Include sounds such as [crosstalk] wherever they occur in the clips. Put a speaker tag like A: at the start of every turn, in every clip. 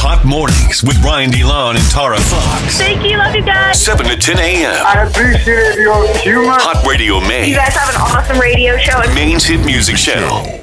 A: Hot Mornings with Ryan DeLon and Tara Fox.
B: Thank you. Love you guys.
A: 7 to 10 a.m.
C: I appreciate your humor.
A: Hot Radio Maine.
B: You guys have an awesome radio show. And-
A: Maine's hit music channel.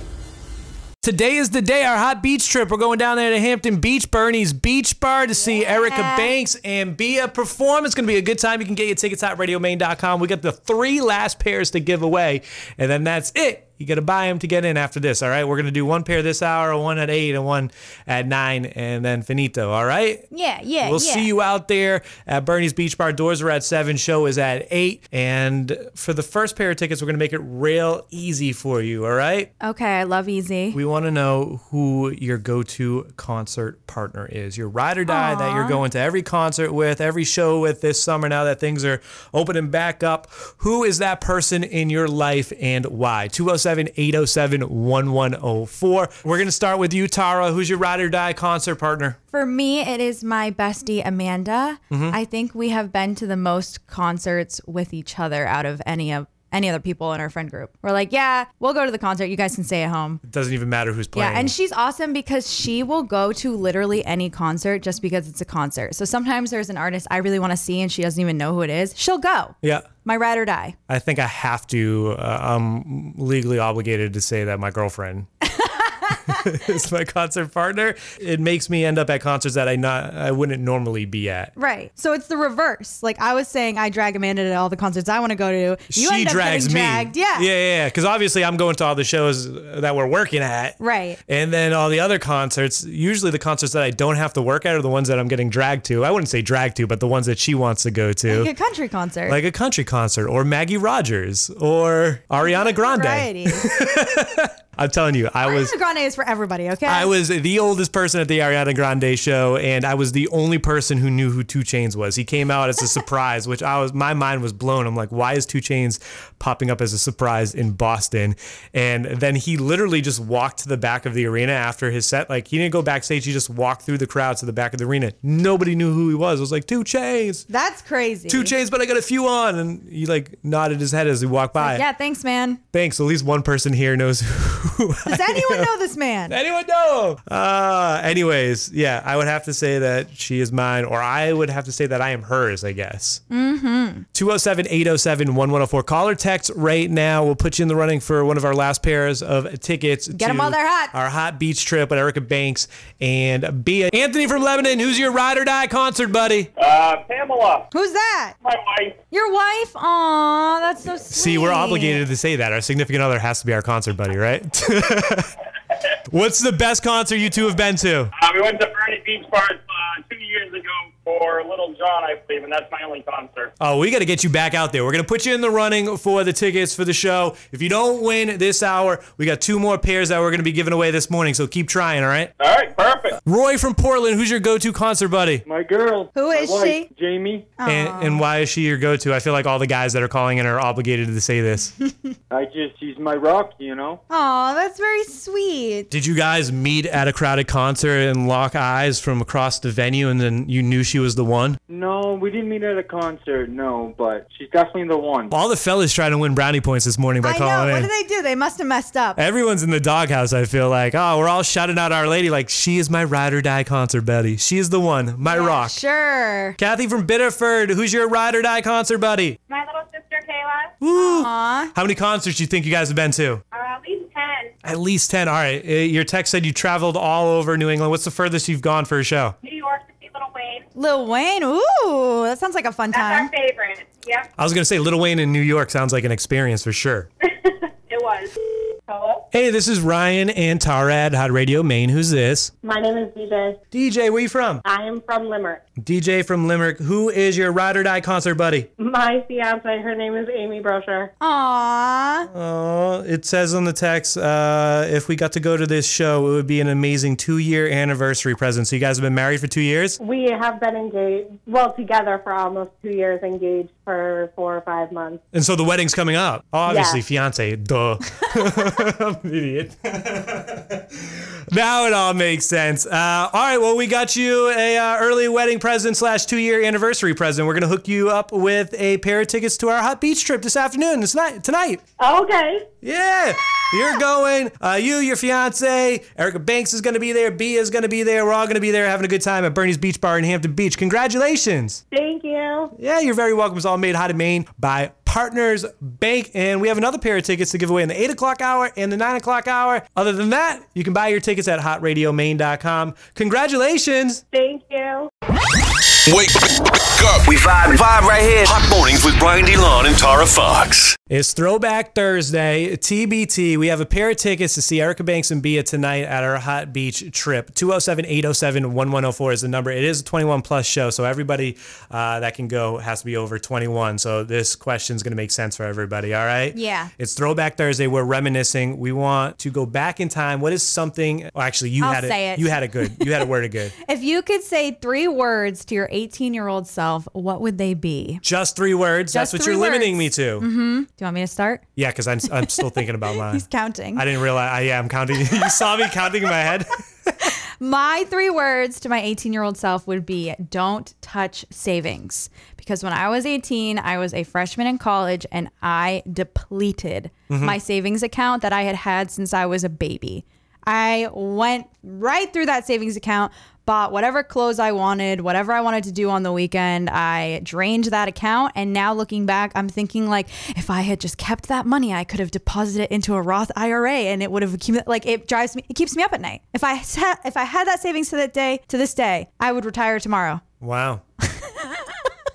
D: Today is the day, our hot beach trip. We're going down there to Hampton Beach, Bernie's Beach Bar to see Erica Banks and Bia perform. It's going to be a good time. You can get your tickets at radiomain.com. We got the three last pairs to give away, and then that's it. You got to buy them to get in after this, all right? We're going to do one pair this hour, one at 8, and one at 9, and then finito, all right?
E: Yeah, yeah,
D: We'll
E: Uh, yeah.
D: see you out there at Bernie's Beach Bar. Doors are at 7, show is at 8. And for the first pair of tickets, we're going to make it real easy for you, all right?
E: Okay, I love easy.
D: We want to know who your go to concert partner is, your ride or die that you're going to every concert with, every show with this summer now that things are opening back up. Who is that person in your life and why? 207 807 1104. We're going to start with you, Tara. Who's your ride or die concert partner?
E: For me, it is my bestie Amanda.
D: Mm-hmm.
E: I think we have been to the most concerts with each other out of any of any other people in our friend group. We're like, yeah, we'll go to the concert. You guys can stay at home.
D: It doesn't even matter who's playing.
E: Yeah, and she's awesome because she will go to literally any concert just because it's a concert. So sometimes there's an artist I really want to see and she doesn't even know who it is. She'll go.
D: yeah.
E: My ride or die.
D: I think I have to. Uh, I'm legally obligated to say that my girlfriend [laughs] is my concert partner. It makes me end up at concerts that I not I wouldn't normally be at.
E: Right. So it's the reverse. Like I was saying, I drag Amanda to all the concerts I want to go to. You
D: she
E: end up
D: drags
E: getting
D: me.
E: dragged. Yeah.
D: Yeah, yeah. Because obviously I'm going to all the shows that we're working at.
E: Right.
D: And then all the other concerts, usually the concerts that I don't have to work at are the ones that I'm getting dragged to. I wouldn't say dragged to, but the ones that she wants to go to.
E: Like a country concert.
D: like a country concert or Maggie Rogers or Ariana Grande. [laughs]
E: variety.
D: I'm telling you, I was
E: Ariana Grande is for everybody, okay?
D: I was the oldest person at the Ariana Grande show, and I was the only person who knew who Two Chains was. He came out as a surprise, which I was my mind was blown. I'm like, why is Two Chains popping up as a surprise in Boston? And then he literally just walked to the back of the arena after his set. Like he didn't go backstage, he just walked through the crowd to the back of the arena. Nobody knew who he was. I was like, Two Chains.
E: That's crazy.
D: Two chains, but I got a few on. And he like nodded his head as he walked by.
E: Yeah, thanks, man.
D: Thanks. At least one person here knows who I
E: Does anyone know this
D: [laughs]
E: man?
D: Anyone know? Uh, anyways, yeah, I would have to say that she is mine, or I would have to say that I am hers, I guess. Mm-hmm. 207-807-1104. Call or text right now. We'll put you in the running for one of our last pairs of tickets. Get
E: 'em while they're hot.
D: Our hot beach trip with Erica Banks and Bia. Anthony from Lebanon, who's your ride or die concert buddy?
C: Uh, Pamela,
E: Who's that?
C: my wife.
E: Your wife? Aw, that's so sweet.
D: See, we're obligated to say that. Our significant other has to be our concert buddy, right? [laughs] What's the best concert you two have been to?
C: Uh, we went to Bernie Beach Bar uh, two years ago for Little John, I believe, and that's my only concert.
D: Oh, we got to get you back out there. We're going to put you in the running for the tickets for the show. If you don't win this hour, we got two more pairs that we're going to be giving away this morning. So keep trying, all right?
C: All right, perfect.
D: Roy from Portland, who's your go to concert buddy?
F: My girl.
E: Who
F: my
E: is
F: wife,
E: she? Oh.
F: Jamie.
D: And, and why is she your go to? I feel like all the guys that are calling in are obligated to say
E: [laughs]
D: this.
F: I just, she's my rock, you know?
E: Aw, that's very sweet.
D: Did you guys meet at a crowded concert and lock eyes from across the venue and then you knew she was the one?
F: No, we didn't meet at a concert, no, but she's definitely the one.
D: All the fellas trying to win brownie points this morning by
E: I
D: calling
E: know.
D: in.
E: What did they do? They must have messed up.
D: Everyone's in the doghouse, I feel like. Oh, we're all shouting out Our Lady like, she is my ride or die concert, buddy. She is the one, my rock.
E: Sure.
D: Kathy from Bitterford, who's your ride or die concert buddy?
G: My little sister Kayla,
D: Woo!
E: Aw.
D: How many concerts do you think you guys have been to?
G: uh, at least 10,
D: At least 10. All right. Uh, Your text said you traveled all over New England. What's the furthest you've gone for a show?
G: New York to see Little Wayne.
E: Lil Wayne. Ooh, that sounds like a
H: [laughs]
E: fun
G: That's
E: time.
G: our favorite. Yep,
D: I was going to say Little Wayne in New York sounds like an experience for sure.
G: it was. Hello?
D: hey, this is Ryan and Tara at Hot Radio Maine. Who's this?
H: My name is DJ.
D: DJ, where you from?
H: I am from Limerick.
D: DJ from Limerick. Who is your ride or die concert buddy?
H: My fiance, her name is Amy Brosher.
E: Aw.
D: Oh, it says on the text, uh, if we got to go to this show, it would be an amazing two year anniversary present. So you guys have been married for two years?
H: We have been engaged, well, together for almost two years, engaged for four or five months.
D: And so the wedding's coming up. Obviously, [laughs]
H: Yeah.
D: fiance, duh. I'm an idiot. Now it all makes sense. Uh, all right, well, we got you a uh, early wedding present slash two year anniversary present. We're gonna hook you up with a pair of tickets to our hot beach trip this afternoon. It's night tonight.
H: Okay.
D: Yeah, you're going. Uh, you, your fiance, Erica Banks is gonna be there. Bea is gonna be there. We're all gonna be there having a good time at Bernie's Beach Bar in Hampton Beach. Congratulations.
H: Thank you.
D: Yeah, you're very welcome. It's all made hot in Maine by Partners Bank. And we have another pair of tickets to give away in the 8 o'clock hour and the 9 o'clock hour. Other than that, you can buy your tickets at hotradiomaine.com. Congratulations.
H: Thank you.
A: Wake up.
I: We vibe, vibe right here.
A: Hot mornings with Brian DeLon and Tara Fox.
D: It's Throwback Thursday, TBT. We have a pair of tickets to see Erica Banks and Bia tonight at our Hot Beach trip. 207 807 1104 is the number. It is a 21 plus show, so everybody uh, that can go has to be over 21. So this question is going to make sense for everybody, all right?
E: Yeah.
D: It's Throwback Thursday. We're reminiscing. We want to go back in time. What is something? Well, actually, you
E: I'll
D: had
E: say it.
D: You had it good. You had it worded
E: [laughs]
D: good.
E: If you could say three words to your 18 year old self, what would they be?
D: Just three words.
E: Just
D: That's what
E: three
D: you're limiting
E: words.
D: me to.
E: Do you want me to start?
D: Yeah, because I'm, I'm still thinking
E: [laughs]
D: about mine.
E: He's counting.
D: I didn't realize. I, yeah, I'm counting. [laughs] You saw me counting in my head.
E: My three words to my 18 year old self would be don't touch savings. Because when I was 18, I was a freshman in college and I depleted my savings account that I had had since I was a baby. I went right through that savings account, bought whatever clothes I wanted, whatever I wanted to do on the weekend. I drained that account. And now looking back, I'm thinking like, if I had just kept that money, I could have deposited it into a Roth IRA and it would have accumulated. Like it drives me, it keeps me up at night. If I had, if I had that savings to that day, to this day, I would retire tomorrow.
D: Wow.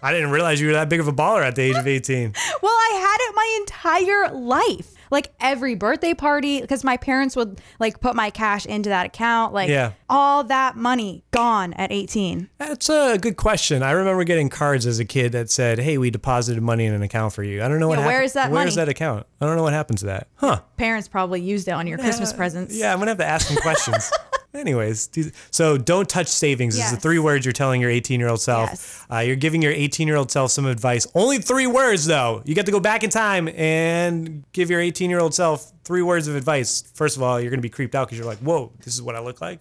D: I didn't realize you were that big of a baller at the age of 18.
E: Well, I had it my entire life. Like every birthday party, because my parents would like put my cash into that account. Like
D: Yeah.
E: all that money gone at 18.
D: That's a good question. I remember getting cards as a kid that said, "Hey, we deposited money in an account for you." I don't know what
E: Yeah, where
D: happened-
E: is that
D: Where
E: money?
D: is that account? I don't know what happened to that. Huh?
E: Parents probably used it on your Christmas presents.
D: Yeah, I'm gonna have to ask some
E: [laughs]
D: questions. Anyways, do- so don't touch savings is the
E: Yes.
D: three words you're telling your 18 year old self.
E: Yes.
D: Uh, you're giving your 18 year old self some advice. Only three words though. You get to go back in time and give your 18 year old self three words of advice. First of all, you're gonna be creeped out because you're like, "Whoa, this is what I look
E: [laughs]
D: like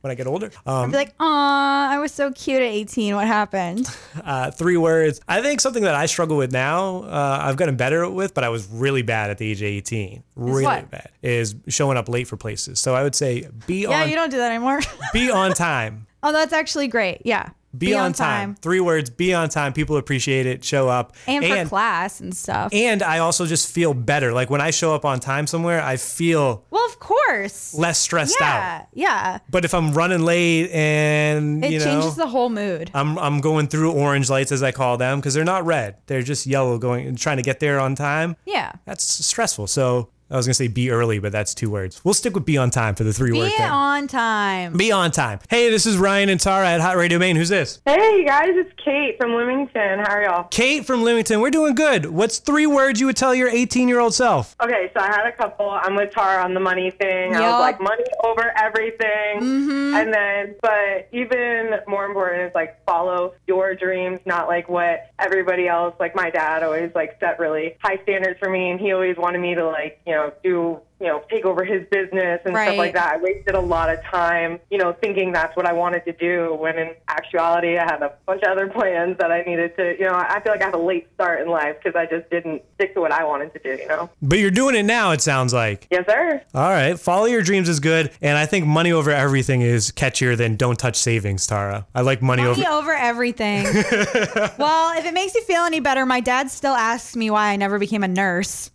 D: when I get older." Um,
E: Be like, aw, I was so cute at 18.
D: [laughs]
E: What happened?
D: uh, three words. I think something that I struggle with now, uh, I've gotten better with, but I was really bad at the age of 18. Really
E: what?
D: bad is showing up late for places. So I would say be
E: Yeah,
D: on
E: you don't do that anymore.
D: [laughs] be on time.
E: oh, that's actually great. Yeah.
D: Be, on, time. Three words. Be on time. People appreciate it. Show up.
E: And, for class and stuff.
D: and I also just feel better. Like when I show up on time somewhere, I feel
E: well, of course.
D: less stressed out.
E: Yeah. Yeah.
D: But if I'm running late and
E: It
D: you know, Uh,
E: changes the whole mood.
D: I'm I'm going through orange lights as I call them because they're not red. They're just yellow going trying to get there on time.
E: yeah.
D: That's stressful. So I was gonna say be early, but that's two words. We'll stick with be on time for the three word
E: Be
D: thing.
E: on time.
D: be on time. Hey, this is Ryan and Tara at Hot Radio Maine. Who's this?
G: Hey, you guys, it's Kate from Wilmington. How are y'all?
D: Kate from Leamington. We're doing good. What's three words you would tell your 18 year old self?
G: Okay, so I had a couple. I'm with Tara on the money thing.
E: Yup.
G: I
E: Mm-hmm.
G: was like, money over everything. And then, but even more important is like follow your dreams, not like what everybody else. Like my dad always like set really high standards for me, and he always wanted me to like you know do you know take over his business and
E: Right.
G: stuff like that. I wasted a lot of time you know thinking that's what I wanted to do, when in actuality I had a bunch of other plans that I needed to. You know, I feel like I had a late start in life because I just didn't stick to what I wanted to do. You know.
D: But you're doing it now, it sounds like.
G: Yes, sir.
D: All right. Follow your dreams is good. And I think money over everything is catchier than don't touch savings, Tara. I like money,
E: Money
D: over. [laughs]
E: over everything. well, if it makes you feel any better, my dad still asks me why I never became a nurse.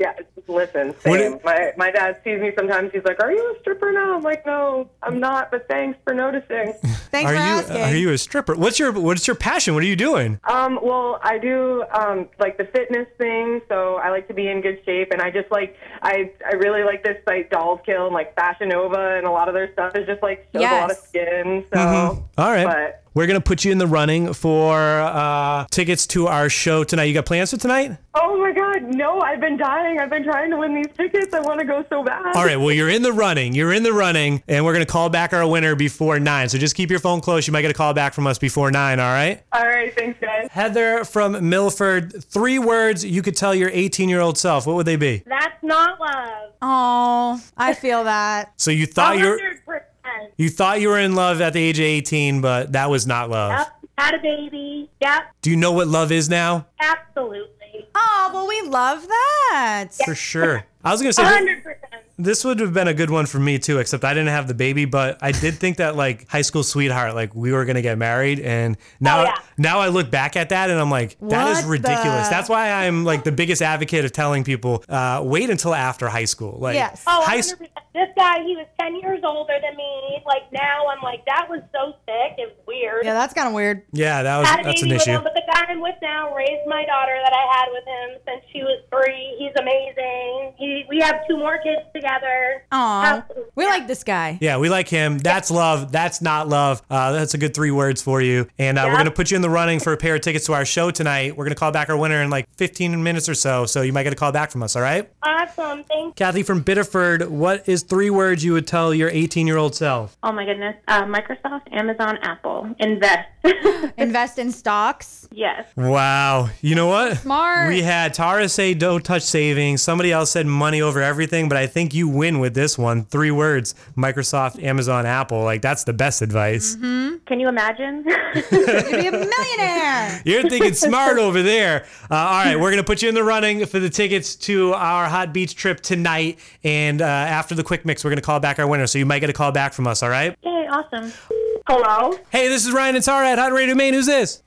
G: Yeah, listen,
D: What
G: same.
D: it-
G: my my dad sees me sometimes. He's like, "Are you a stripper now?" I'm like, "No, I'm not." But thanks for
D: [laughs]
G: noticing.
E: Thanks
D: Are
E: for
D: you
E: asking.
D: are you a stripper? What's your what's your passion? What are you doing?
G: um, well, I do um, like the fitness thing, so I like to be in good shape, and I just like I I really like this site Dolls Kill and like Fashion Nova, and a lot of their stuff is just like shows a lot of
E: Yes.
D: Mm-hmm.
G: skin. So,
D: All right.
G: but
D: We're gonna put you in the running for uh, tickets to our show tonight. You got plans for tonight?
G: Oh my God, no, I've been dying. I've been trying to win these tickets. I want to go so bad.
D: All right. Well, you're in the running. You're in the running, and we're gonna call back our winner before nine. So just keep your phone close. You might get a call back from us before nine. All right.
G: All right, thanks, guys.
D: Heather from Milford. Three words you could tell your 18 year old self. What would they be?
H: That's not love.
E: Oh, I feel that.
D: So you thought you were
H: 100%.
D: you thought you were in love at the age of 18, but that was not love.
H: Yep. Had a baby. Yep.
D: Do you know what love is now?
H: Absolutely.
E: Oh, well, we love that.
D: For sure. I was gonna say.
H: 100%.
D: This would have been a good one for me too, except I didn't have the baby, but I did think that like high school sweetheart, like we were gonna get married, and now
H: Oh, yeah.
D: now I look back at that and I'm like, that is
E: What
D: ridiculous.
E: the-
D: That's why I'm like the biggest advocate of telling people, uh, wait until after high school. Like
E: Yes.
H: Oh,
D: high
H: 100%. This guy, he was 10 years older than me. Like, now I'm like, that was so sick and weird.
E: Yeah, that's kind of weird.
D: yeah, that was
H: had a
D: that's
H: baby
D: an
H: with
D: issue.
H: him, but the guy I'm with now raised my daughter that I had with him since she was three. He's amazing. He, we have two more kids together.
E: Oh,
H: Absolutely.
E: we like this guy.
D: Yeah, we like him. That's love. That's not love. Uh, that's a good three words for you. And uh, we're
H: Yeah.
D: going to put you in the running for a pair of tickets to our show tonight. We're going to call back our winner in like 15 minutes or so. So you might get a call back from us, all right?
H: Awesome. Thank
D: Kathy from Biddeford, what is three words you would tell your 18 year old self?
I: Oh my goodness. Uh, Microsoft, Amazon, Apple. Invest.
E: Invest in stocks.
I: yes.
D: Wow. You know what?
E: Smart.
D: We had Tara say don't touch savings. Somebody else said money over everything, but I think you win with this one. Three words Microsoft, Amazon, Apple. Like, that's the best advice.
I: Can you
G: [laughs]
I: imagine?
D: [laughs]
E: You'd be a millionaire.
D: You're thinking smart over there. Uh, all right, we're going to put you in the running for the tickets to our Hot Beach trip tonight. And uh, after the quick mix, we're going to call back our winner. So you might get a call back from us, all right?
I: Yay, awesome.
G: Hello?
D: Hey, this is Ryan and Tara at Hot Radio Maine. Who's this?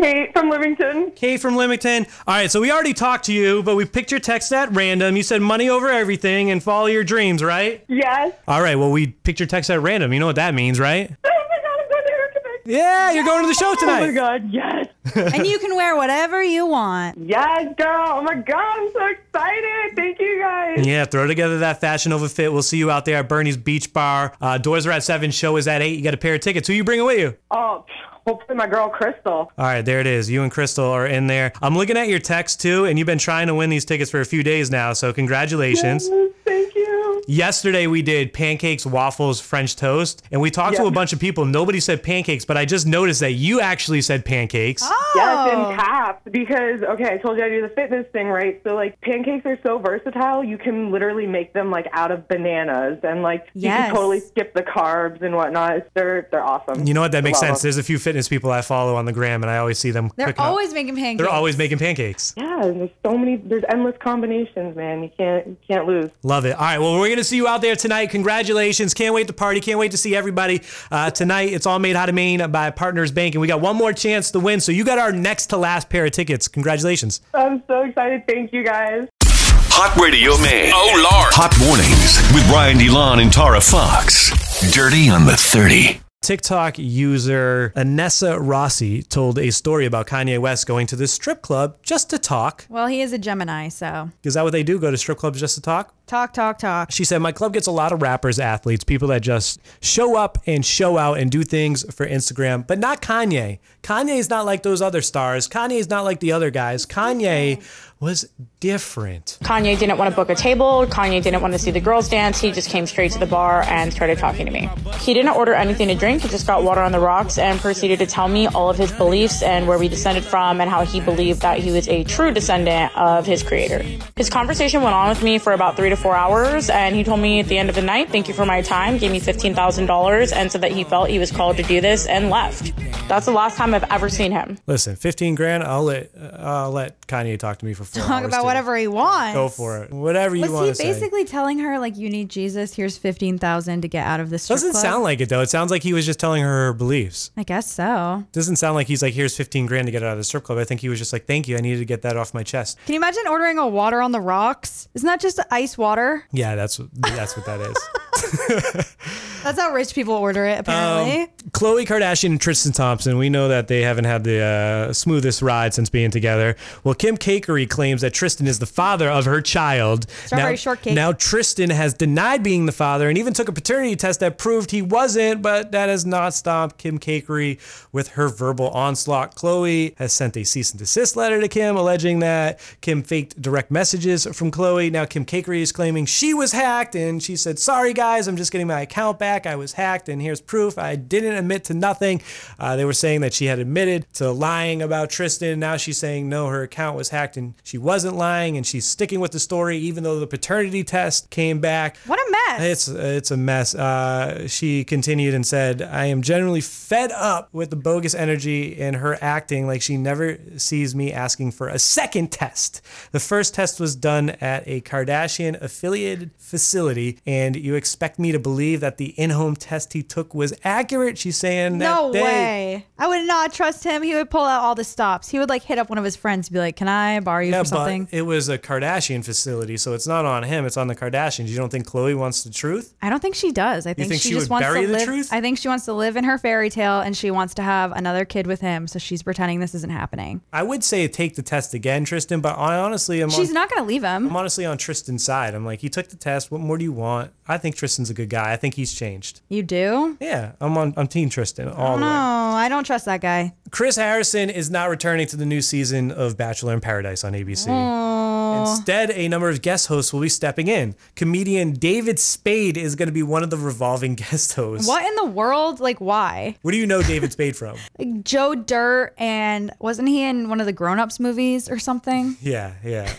G: Kate from Livingston.
D: Kay from Limington. All right, so we already talked to you, but we picked your text at random. You said money over everything and follow your dreams, right?
G: Yes.
D: All right, well, we picked your text at random. You know what that means, right?
G: Oh my God, I'm going to Erica Banks.
D: Yeah, you're going to the show tonight.
G: Oh my God, yes.
E: and you can wear whatever you want.
G: Yes, girl. Oh my God, I'm so excited. Thank you guys.
D: Yeah, throw together that fashion over fit. We'll see you out there at Bernie's Beach Bar. Uh, doors are at seven. Show is at eight. You got a pair of tickets. Who you bringing with you?
G: Oh, hopefully my girl Crystal.
D: All right, there it is. You and Crystal are in there. I'm looking at your text too, and you've been trying to win these tickets for a few days now. So congratulations.
G: Thank you.
D: Yesterday we did pancakes, waffles, French toast, and we talked to
G: Yeah.
D: a bunch of people. Nobody said pancakes, but I just noticed that you actually said pancakes.
G: Yes, in
E: Oh,
G: caps because okay, I told you I do the fitness thing, right? So like pancakes are so versatile, you can literally make them like out of bananas and like you
E: Yes.
G: can totally skip the carbs and whatnot. It's- They're they're awesome.
D: You know what? That makes
G: Love
D: sense.
G: them.
D: There's a few fitness people I follow on the gram, and I always see them.
E: they're
D: cooking up-
E: always making pancakes.
D: they're always making pancakes.
G: Yeah, there's so many. There's endless combinations, man. You can't you can't lose.
D: Love it. All right. Well, we're going to see you out there tonight. Congratulations. Can't wait to party. Can't wait to see everybody uh, tonight. It's all made out of Maine by Partners Bank. And we got one more chance to win. So you got our next to last pair of tickets. Congratulations.
G: I'm so excited. Thank you guys.
A: Hot Radio Maine. Oh, Lord. Hot Mornings with Brian DeLon and Tara Fox. Dirty on the 30.
D: TikTok user Anessa Rossi told a story about Kanye West going to this strip club just to talk.
E: well, he is a Gemini, so
D: Is that what they do? Go to strip clubs just to talk?
E: talk, talk, talk.
D: She said, My club gets a lot of rappers, athletes, people that just show up and show out and do things for Instagram, but not Kanye. Kanye is not like those other stars. Kanye is not like the other guys. Kanye was different.
J: Kanye didn't want to book a table. Kanye didn't want to see the girls dance. He just came straight to the bar and started talking to me. He didn't order anything to drink. He just got water on the rocks and proceeded to tell me all of his beliefs and where we descended from and how he believed that he was a true descendant of his creator. His conversation went on with me for about three to four hours and he told me at the end of the night, thank you for my time, gave me $15,000 and said that he felt he was called to do this and left. That's the last time I've ever seen him.
D: Listen, 15 grand, I'll let, uh, I'll let Kanye talk to me for four
E: Talk
D: hours,
E: about
D: dude.
E: whatever he wants.
D: Go for it. Whatever you want to
E: Was he
D: say.
E: basically telling her like, "You need Jesus. Here's fifteen thousand to get out of this"? Strip
D: Doesn't
E: club?
D: sound like it, though. It sounds like he was just telling her her beliefs.
E: I guess so.
D: Doesn't sound like he's like, here's 15 grand to get out of the strip club. I think he was just like, thank you. I needed to get that off my chest.
E: Can you imagine ordering a water on the rocks? Isn't that just ice water? [laughs]
D: Yeah, that's, that's what that is.
E: That's how rich people order it,
D: Um,
E: apparently.
D: Khloe Kardashian and Tristan Thompson, we know that they haven't had the uh, smoothest ride since being together. Well, Kim Cakery claims that Tristan is the father of her child.
E: Strawberry
D: now,
E: shortcake.
D: Now, Tristan has denied being the father and even took a paternity test that proved he wasn't, but that has not stopped Kim Cakery with her verbal onslaught. Chloe has sent a cease and desist letter to Kim alleging that Kim faked direct messages from Chloe. Now, Kim Cakery is claiming she was hacked and she said, Sorry, guys, I'm just getting my account back. I was hacked and here's proof. I didn't admit to nothing. Uh, they were saying that she had admitted to lying about Tristan. Now she's saying, No, her account was hacked and she wasn't lying and she's sticking with the story, even though the paternity test came back.
E: What a mess.
D: It's it's a mess. Uh, she continued and said, "I am generally fed up with the bogus energy and her acting like she never sees me asking for a second test. The first test was done at a Kardashian affiliated facility, and you expect me to believe that the in-home test he took was accurate?" She's saying
E: No
D: that day.
E: way. I would not trust him. He would pull out all the stops. He would like hit up one of his friends, and be like, "Can I borrow you
D: Yeah,
E: for something?"
D: but it was a Kardashian facility, so it's not on him. It's on the Kardashians. You don't think Chloe wants the truth?
E: I don't think she does. I think,
D: think
E: she,
D: she
E: just
D: would
E: wants
D: bury
E: to
D: the
E: live.
D: truth?
E: I think she wants to live in her fairy tale, and she wants to have another kid with him. So she's pretending this isn't happening.
D: I would say take the test again, Tristan, but I honestly am
E: She's
D: on,
E: not going to leave him.
D: I'm honestly on Tristan's side. I'm like, he took the test. What more do you want? I think Tristan's a good guy. I think he's changed.
E: You do?
D: Yeah, I'm on. I'm team Tristan all the
E: No,
D: way.
E: I don't trust that guy.
D: Chris Harrison is not returning to the new season of Bachelor in Paradise on ABC.
E: Oh,
D: Instead, a number of guest hosts will be stepping in. Comedian David Spade is going to be one of the revolving [laughs] guest hosts.
E: what in the world? Like, why?
D: Where do you know David Spade from?
E: Like, Joe Dirt, and wasn't he in one of the Grown Ups movies
D: [laughs]
E: or something?
D: Yeah, yeah.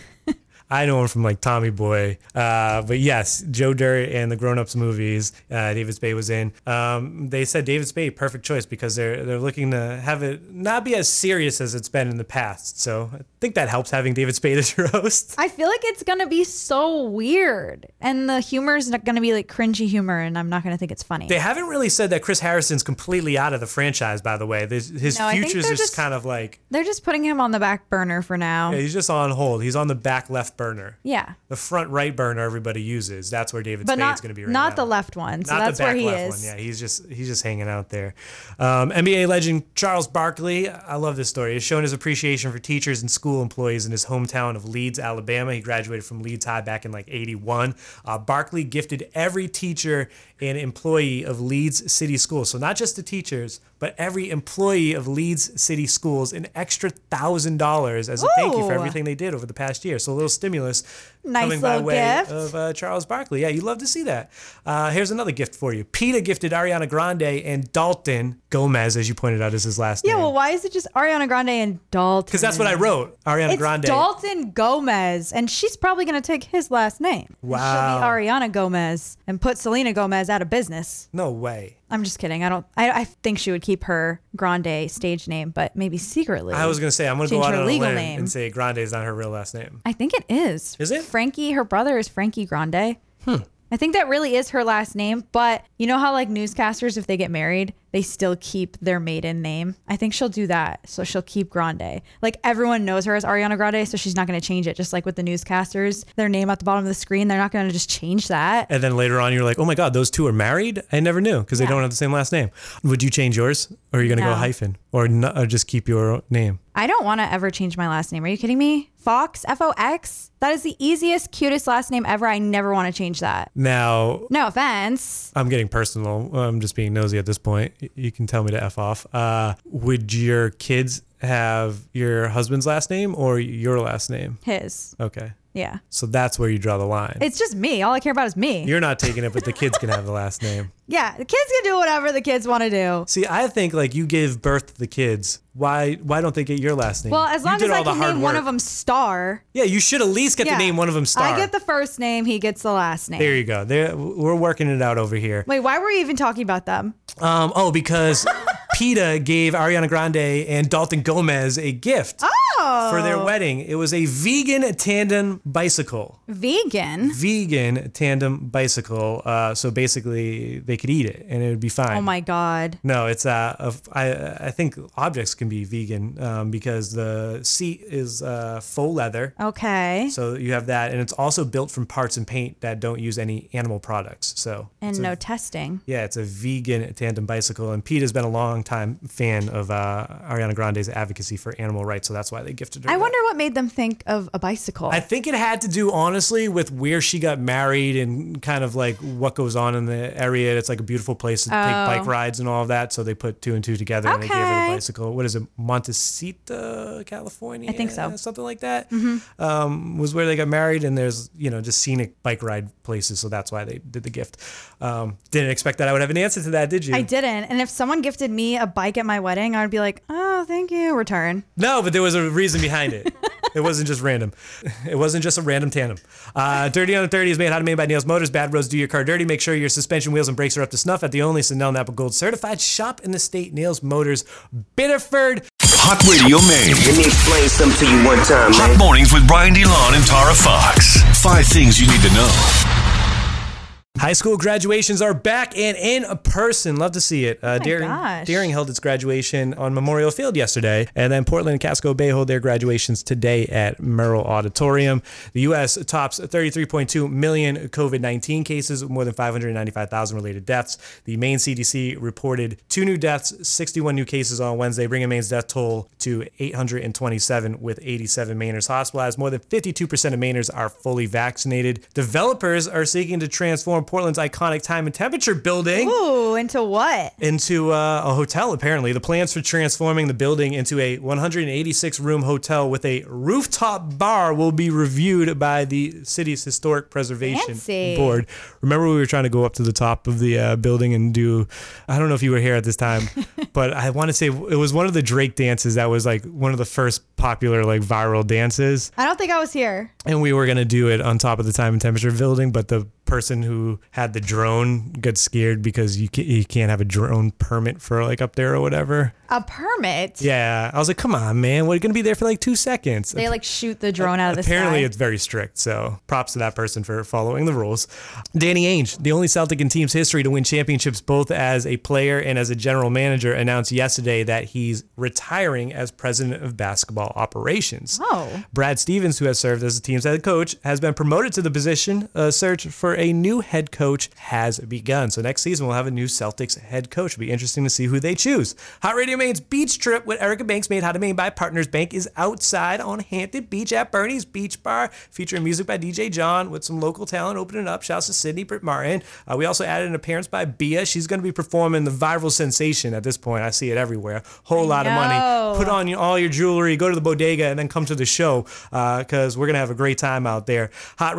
D: I know him from like Tommy Boy, uh, but yes, Joe Dirt and the Grown Ups movies. Uh, David Spade was in. Um, they said David Spade, perfect choice because they're they're looking to have it not be as serious as it's been in the past. So I think that helps having David Spade [laughs] as your host.
E: I feel like it's gonna be so weird, and the humor is not gonna be like cringy humor, and I'm not gonna think it's funny.
D: They haven't really said that Chris Harrison's completely out of the franchise. By the way, There's, his
E: No, I think
D: future's
E: they're
D: just,
E: just-
D: kind of like
E: They're just putting him on the back burner for now.
D: he's just on hold. He's on the back left burner.
E: yeah.
D: The front right burner everybody uses. That's where David
E: but
D: Spade's
E: not,
D: going to be right
E: not
D: now.
E: the left one. So
D: Not
E: that's
D: the back
E: where he
D: left one.
E: is.
D: Yeah, he's just he's just hanging out there. Um, NBA legend Charles Barkley. I love this story. Has shown his appreciation for teachers and school employees in his hometown of Leeds, Alabama. He graduated from Leeds High back in like '81. Uh, Barkley gifted every teacher and employee of Leeds City Schools. So not just the teachers, but every employee of Leeds City Schools an extra thousand dollars as a thank you for
E: Ooh.
D: everything they did over the past year. So a little stimulus
E: Nice
D: coming by
E: little
D: way
E: gift.
D: of of uh, Charles Barkley. Yeah, you love to see that. Uh, here's another gift for you. PETA gifted Ariana Grande and Dalton Gomez, as you pointed out, is his last
E: Yeah,
D: name.
E: well, why is it just Ariana Grande and Dalton?
D: because that's what I wrote. Ariana
E: It's
D: Grande.
E: Dalton Gomez, and she's probably going to take his last name. And
D: Wow.
E: She'll be Ariana Gomez and put Selena Gomez out of business.
D: no way.
E: I'm just kidding. I don't. I, I think she would keep her Grande stage name, but maybe secretly.
D: I was gonna say I'm gonna go
E: Change
D: out
E: her
D: on a
E: legal
D: limb
E: name.
D: and say Grande is not her real last name.
E: I think it is.
D: Is it?
E: Frankie? Her brother is Frankie Grande. Hmm. I think that really is her last name, but you know how like newscasters, if they get married, they still keep their maiden name. I think she'll do that, so she'll keep Grande. Like everyone knows her as Ariana Grande, so she's not going to change it. Just like with the newscasters, their name at the bottom of the screen, they're not going to just change that.
D: And then later on, you're like, oh my god, those two are married. I never knew because they don't have the same last name. Would you change yours, or are you gonna
E: No.
D: go hyphen, or, no, or just keep your name?
E: I don't want to ever change my last name. Are you kidding me? Fox, F O X. That is the easiest, cutest last name ever. I never want to change that.
D: Now
E: No offense.
D: I'm getting personal. I'm just being nosy at this point. Y- You can tell me to f off. Uh, would your kids have your husband's last name or your last name?
E: His.
D: Okay,
E: Yeah.
D: so that's where you draw the line.
E: It's just me. All I care about is me.
D: You're not taking it, but the kids can have the last
E: [laughs]
D: name.
E: Yeah, the kids can do whatever the kids want to do.
D: See, I think like you give birth to the kids. Why? Why don't they get your last name?
E: Well, as
D: You
E: long
D: did
E: as I
D: all the
E: can
D: hard
E: name one
D: work.
E: of them Star.
D: Yeah, you should at least get
E: yeah.
D: the name one of them. Star.
E: I get the first name. He gets the last name.
D: There you go. There, we're working it out over here.
E: Wait, why were we even talking about them?
D: Um,
E: [laughs]
D: oh, because PETA gave Ariana Grande and Dalton Gomez a gift.
E: Oh.
D: for their wedding. It was a vegan tandem bicycle.
E: Vegan.
D: Vegan tandem bicycle. Uh, so basically, they could eat it and it would be fine.
E: Oh my god.
D: No, it's uh, a f- I I think objects can be vegan um, because the seat is uh, faux leather.
E: Okay.
D: So you have that, and it's also built from parts and paint that don't use any animal products. So it's
E: and
D: a-
E: no testing.
D: yeah, it's a vegan tandem bicycle, and Pete has been a long time fan of uh, Ariana Grande's advocacy for animal rights, so that's why they gifted her.
E: I
D: that.
E: wonder what made them think of a bicycle.
D: I think it had to do honestly with where she got married and kind of like what goes on in the area. It's like a beautiful place to
E: Oh.
D: take bike rides and all of that. So they put two and two together and they gave her
E: Okay.
D: the bicycle. What is it, Montecita, California?
E: I think so. Mm-hmm.
D: something like that. Um, was where they got married, and there's you know just scenic bike ride places. So that's why they did the gift. Um, didn't expect that I would have an answer to that, did you?
E: I didn't. And if someone gifted me a bike at my wedding, I would be like, "Oh, thank you. Return."
D: No, but there was a reason behind it. It wasn't just random. It wasn't just a random tandem. Uh, dirty on 30 is made how to made by Nails Motors. Bad roads do your car dirty. Make sure your suspension, wheels, and brakes are up to snuff at the only Sandel and Apple Gold certified shop in the state, Nails Motors, Bitterford.
A: Hot Radio Maine.
K: Let me explain something to you one time,
A: Hot
K: man.
A: mornings with Brian DeLon and Tara Fox. Five things you need to know.
D: High school graduations are back and in person. Love to see it. Uh,
E: Oh my
D: Deering,
E: gosh.
D: Deering held its graduation on Memorial Field yesterday, and then Portland and Casco Bay hold their graduations today at Merrill Auditorium. The U.S. tops 33.2 million COVID 19 cases, with more than 595,000 related deaths. The Maine CDC reported two new deaths, 61 new cases on Wednesday, bringing Maine's death toll to 827, with 87 Mainers hospitalized. More than 52% of Mainers are fully vaccinated. Developers are seeking to transform Portland's iconic time and temperature building
E: Ooh, into what?
D: into uh, a hotel. Apparently, the plans for transforming the building into a 186-room hotel with a rooftop bar will be reviewed by the city's historic preservation
E: Fancy.
D: board. Remember, we were trying to go up to the top of the uh, building and do. I don't know if you were here at this time, but I want to say it was one of the Drake dances that was like one of the first popular like viral dances
E: I don't think I was here.
D: and we were going to do it on top of the time and temperature building but the person who had the drone got scared because you ca- you can't have a drone permit for like up there or whatever
E: A permit.
D: yeah i was like come on man we're going to be there for like two seconds
E: They like shoot the drone out of the
D: Apparently,
E: sky.
D: it's very strict. So, props to that person for following the rules. Danny Ainge, the only Celtic in team's history to win championships both as a player and as a general manager, announced yesterday that he's retiring as president of basketball operations.
E: Oh.
D: Brad Stevens, who has served as the team's head coach, has been promoted to the position. A search for a new head coach has begun. So next season, we'll have a new Celtics head coach. It'll be interesting to see who they choose. Hot Radio Maine's Beach Trip with Erica Banks made How to Maine by Partners Bank is outside on Hampton Beach at Bernie's Beach Bar, featuring music by DJ John with some local talent opening up. Shouts to Sydney Britt Martin. Uh, we also added an appearance by Bia. She's going to be performing the viral sensation at this point. I see it everywhere. Whole lot of
E: know.
D: money. Put on on your- all your jewelry, go to the bodega, and then come to the show because we're going to have a great time out there.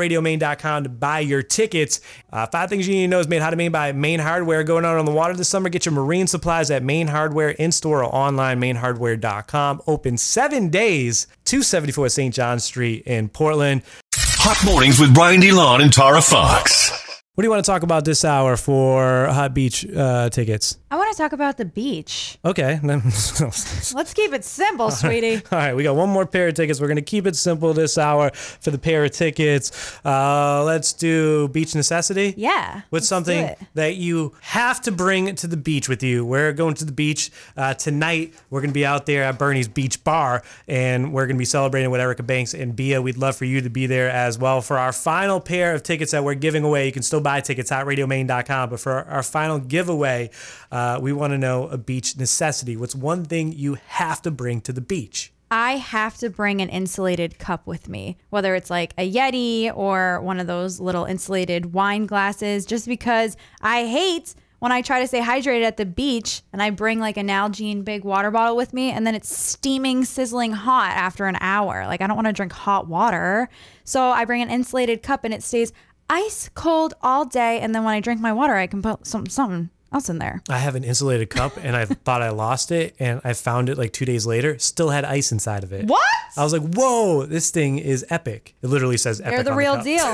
D: HotRadioMain.com to buy your tickets. Uh, five things you need to know is made how to Maine by Main Hardware. Going out on the water this summer, get your marine supplies at Main Hardware in store or online, MainHardware.com. Open seven days, 274 St. John Street in Portland.
A: Hot mornings with Brian DeLon and Tara Fox.
D: What do you want to talk about this hour for Hot Beach uh, tickets?
E: I want to talk about the beach.
D: Okay. [laughs]
E: Let's keep it simple, sweetie.
D: All right, we got one more pair of tickets. We're going to keep it simple this hour for the pair of tickets. Uh, let's do beach necessity.
E: Yeah.
D: What's something
E: it.
D: that you have to bring to the beach with you? We're going to the beach uh, tonight. We're going to be out there at Bernie's Beach Bar, and we're going to be celebrating with Erica Banks and Bia. We'd love for you to be there as well. For our final pair of tickets that we're giving away, you can still buy tickets at radiomain.com. But for our final giveaway, uh, we want to know a beach necessity. What's one thing you have to bring to the beach?
E: I have to bring an insulated cup with me, whether it's like a Yeti or one of those little insulated wine glasses, just because I hate when I try to stay hydrated at the beach and I bring like an Nalgene big water bottle with me and then it's steaming, sizzling hot after an hour. Like I don't want to drink hot water. So I bring an insulated cup and it stays ice cold all day. And then when I drink my water, I can put some, something else in there.
D: I have an insulated cup and
E: [laughs]
D: I thought I lost it and I found it like two days later, still had ice inside of it.
E: What?
D: I was like, whoa, this thing is epic. It literally says epic.
E: They're the
D: on
E: real
D: cup. [laughs] Um,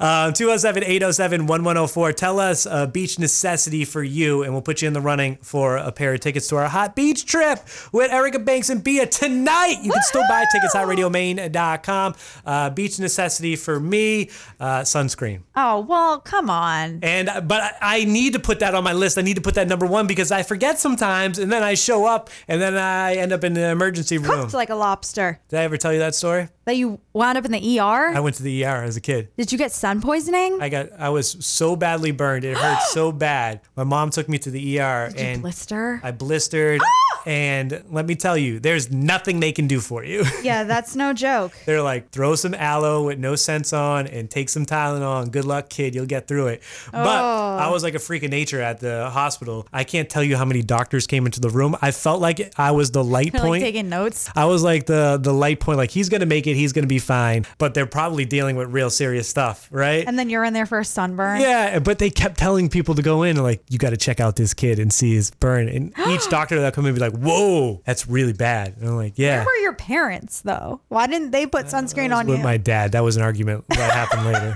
D: 207 807 1104. Tell us a beach necessity for you, and we'll put you in the running for a pair of tickets to our hot beach trip with Erica Banks and Bia tonight. You can still buy tickets at radiomain.com. Uh, beach necessity for me, uh, sunscreen.
E: oh, well, come on.
D: And uh, but I, I need to put that on my list. I need to put that number one because I forget sometimes, and then I show up, and then I end up in the emergency room.
E: Cooked like a lobster.
D: Did I ever tell you that story?
E: That you wound up in the ER?
D: I went to the ER as a kid.
E: Did you get sun poisoning?
D: I got I was so badly burned. It hurt
E: [gasps]
D: so bad. My mom took me to the ER
E: Did
D: and
E: you blister? Ah!
D: I blistered. And let me tell you, there's nothing they can do for you. [laughs]
E: yeah, that's no joke. [laughs]
D: They're like, throw some aloe with no scents on and take some Tylenol. And good luck, kid. You'll get through it. But
E: Oh.
D: I was like a freak of nature at the hospital. I can't tell you how many doctors came into the room. I felt like I was the light
E: You're, [laughs] like
D: point.
E: taking notes.
D: I was like the the light point, like he's gonna make it, he's gonna be fine. But they're probably dealing with real serious stuff, right?
E: And then you're in there for a sunburn.
D: Yeah, but they kept telling people to go in like you got to check out this kid and see his burn.
E: [gasps]
D: And each doctor that come in be like, "Whoa, that's really bad." And I'm like, "Yeah."
E: Where were your parents though? Why didn't they put sunscreen on you?
D: With my dad, that was an argument that happened
E: [laughs]
D: later.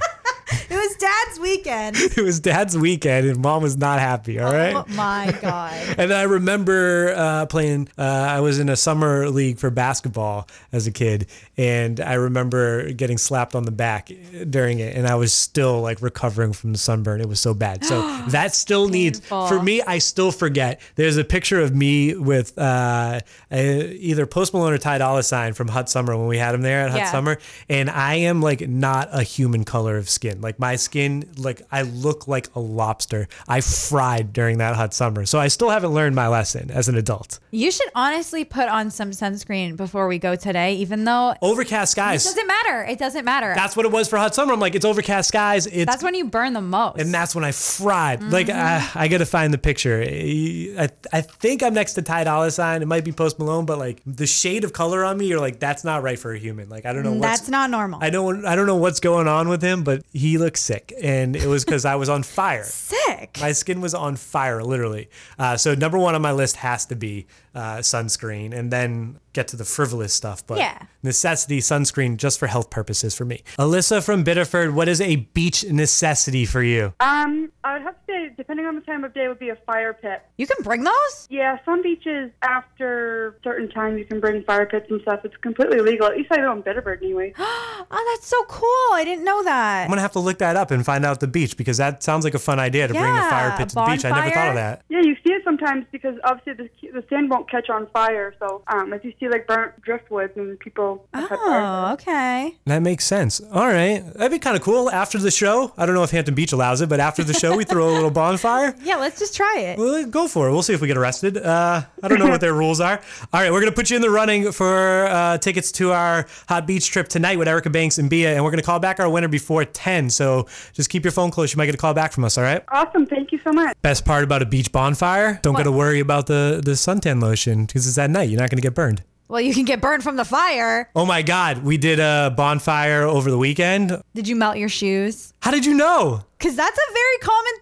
E: it was dad's weekend.
D: It was dad's weekend, and mom was not happy. All [laughs] right.
E: Oh my god.
D: And I remember uh, playing. Uh, I was in a summer league for basketball as a kid, and I remember getting slapped on the back during it, and I was still like recovering from the sunburn. It was so bad. So that still needs for
L: Painful.
D: me. I still forget. There's a picture of me with uh, a, either Post Malone or Ty Dolla Sign from Hot Summer when we had him there at Hot
L: Yeah.
D: Summer, and I am like not a human color of skin. Like my skin, like I look like a lobster. I fried during that hot summer, so I still haven't learned my lesson as an adult.
E: You should honestly put on some sunscreen before we go today, even though
D: Oh, Overcast
E: it
D: skies.
E: doesn't matter. It doesn't matter.
D: That's what it was for hot summer. I'm like, it's overcast skies. It's
E: That's when you burn the most.
D: and that's when I fried. Like I, I gotta find the picture. I, I think I'm next to Ty Dolla Sign. It might be Post Malone, but like the shade of color on me, you're like that's not right for a human. Like I don't know. What's,
E: Mm, That's not normal.
D: I don't. I don't know what's going on with him, but he looks sick, and it was because I was on fire.
E: Sick.
D: My skin was on fire, literally. Uh, so number one on my list has to be uh, sunscreen, and then get to the frivolous stuff. But
E: Yeah.
D: necessity sunscreen just for health purposes for me. Alyssa from Bitterford, what is a beach necessity for you?
M: Um, I would have to say, depending on the time of day, would be a fire pit.
E: You can bring those?
M: Yeah, some beaches after certain time you can bring fire pits and stuff. It's completely legal. At least I know in Bitterberg anyway.
E: oh, that's so cool. I didn't know that.
D: I'm gonna have to look that up and find out the beach because that sounds like a fun idea to bring a fire
E: Yeah,
D: pit to the beach. I never thought of
E: bonfire.
D: that.
M: Yeah, you see it sometimes because obviously the, the sand won't catch on fire. So um, if you see like burnt driftwoods and people.
E: Oh, okay.
D: That makes sense. All right, that'd be kind of cool. After the show, I don't know if Hampton Beach allows it, but after the show, we throw a little bonfire.
E: Yeah, let's just try it.
D: Well, go for it. We'll see if we get arrested. Uh, I don't know what their rules are. All right, we're gonna put you in the running for uh, tickets to our hot beach trip tonight with Erica Banks and Bia, and we're gonna call back our winner before ten. So just keep your phone close. You might get a call back from us. All right.
M: Awesome. Thank you so much.
D: Best part about a beach bonfire: don't gotta worry about the the suntan lotion because it's at night. You're not gonna get burned.
E: Well, you can get burned from the fire.
D: Oh my God, we did a bonfire over the weekend.
E: Did you melt your shoes?
D: How did you know?
E: Because that's a very common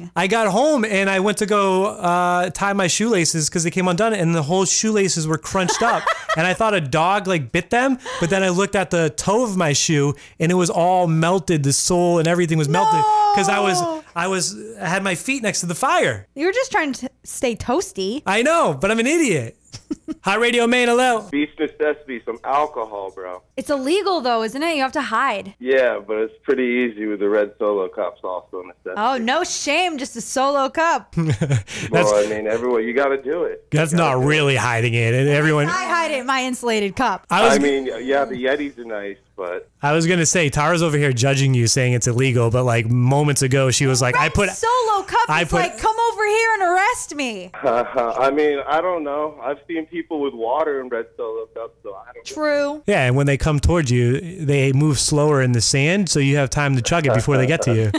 E: thing.
D: I got home and I went to go uh, tie my shoelaces because they came undone and the whole shoelaces were crunched up. and I thought a dog like bit them, but then I looked at the toe of my shoe and it was all melted. The sole and everything was melted because I was I was I had my feet next to the fire.
E: You were just trying to stay toasty.
D: I know, but I'm an idiot. Hi, Radio Maine. Hello.
N: Beach necessity, some alcohol, bro.
E: It's illegal though, isn't it? You have to hide.
N: Yeah, but it's pretty easy with the red solo cups also necessity.
E: Oh, no shame, just a
D: [laughs]
E: solo cup.
N: well, I mean, everyone, you got to do it.
D: That's not really hiding it. And everyone.
E: I hide it in my insulated cup.
N: I,
D: I was-
N: mean, yeah, the Yetis are nice, but
D: I was gonna say Tara's over here judging you, saying it's illegal, but like moments ago she was like, "I put
E: solo cup
D: I
E: is
D: put-
E: like, come over here and arrest me.
N: I mean, I don't know. I've seen people with water in red solo cups, so I don't.
E: True.
D: Yeah, and when they come towards you, they move slower in the sand, so you have time to chug it before they get to you.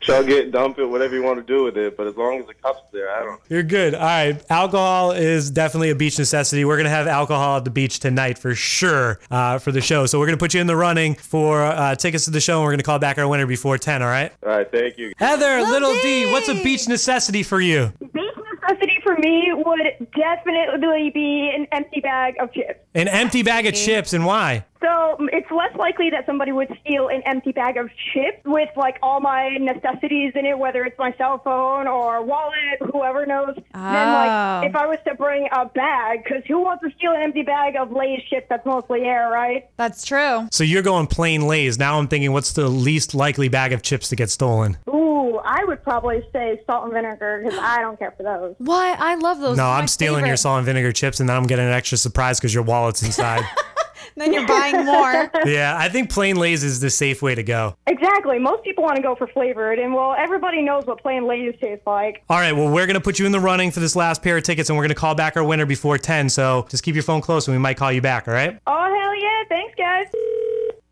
N: chug it, dump it, whatever you want to do with it. But as long as the cup's there, I don't.
D: You're good. All right. Alcohol is definitely a beach necessity. We're going to have alcohol at the beach tonight for sure uh, for the show. So we're going to put you in the running for uh, tickets to the show, and we're going to call back our winner before 10, all right?
N: All right, thank you.
D: Heather, Little, D. what's a beach necessity for you?
H: Beach necessity for me would definitely be an empty bag of chips.
D: An empty bag of chips, and why?
H: So mm, it's less likely that somebody would steal an empty bag of chips with like all my necessities in it, whether it's my cell phone or wallet, whoever knows.
E: Ah.
D: Oh.
H: Then like if I was to bring a bag, because who wants to steal an empty bag of Lay's chips? That's mostly air, right?
E: That's true.
D: So you're going plain Lays. Now I'm thinking, what's the least likely bag of chips to get stolen?
H: Ooh, I would probably say salt and vinegar because I don't care for those.
E: What? I love those.
D: no, I'm stealing your salt and vinegar chips, and then I'm getting an extra surprise because your wallet's inside.
E: Then you're
D: [laughs]
E: buying more.
D: yeah, I think plain Lays is the safe way to go.
H: Exactly. Most people want to go for flavored, and well, everybody knows what plain Lay's tastes like.
D: All right, well, we're going to put you in the running for this last pair of tickets, and we're going to call back our winner before 10. So just keep your phone close, and we might call you back, all right?
H: Oh hell yeah! Thanks, guys.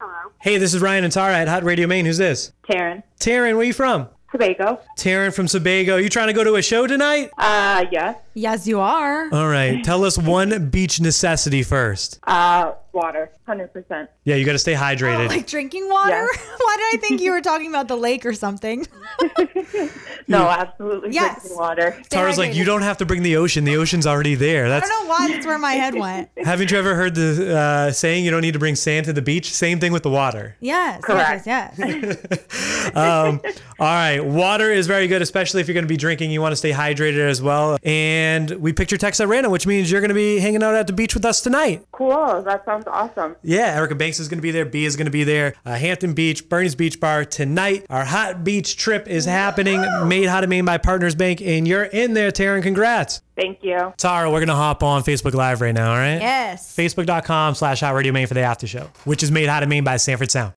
H: Hello,
D: Hey, this is Ryan and Tara at Hot Radio Maine. Who's this?
G: Taryn.
D: Taryn, where you from?
G: Tobago.
D: Taryn from Sebago. You trying to go to a show tonight?
G: Uh, yes.
E: Yes, you are.
D: All right, tell us one beach necessity first.
G: Uh, water, hundred percent.
D: Yeah, you got to stay hydrated.
E: Like drinking water? [laughs] Why did I think you were talking about the lake or something?
G: No, absolutely.
E: Yes.
G: Drinking water.
D: Tara's like, you don't have to bring the ocean. The ocean's already there.
E: I
D: That's
E: don't know why that's where my head went.
D: haven't you ever heard the uh, saying? You don't need to bring sand to the beach. Same thing with the water.
E: Yes.
G: Correct.
E: Yes. yes, yes.
D: um, all right. Water is very good, especially if you're going to be drinking. You want to stay hydrated as well. And we picked your text at random, which means you're going to be hanging out at the beach with us tonight.
G: Cool. That sounds awesome.
D: Yeah, Erica Banks is going to be there. B is going to be there. Uh, Hampton Beach, Bernie's Beach Bar tonight. Our hot beach trip is happening. Made How to Maine by Partners Bank. And you're in there, Taryn. Congrats.
G: Thank you.
D: Tara, we're going to hop on Facebook Live right now, all right?
E: Yes.
D: Facebook.com slash Hot Radio Maine for the after show, which is made How to Maine by Sanford Sound.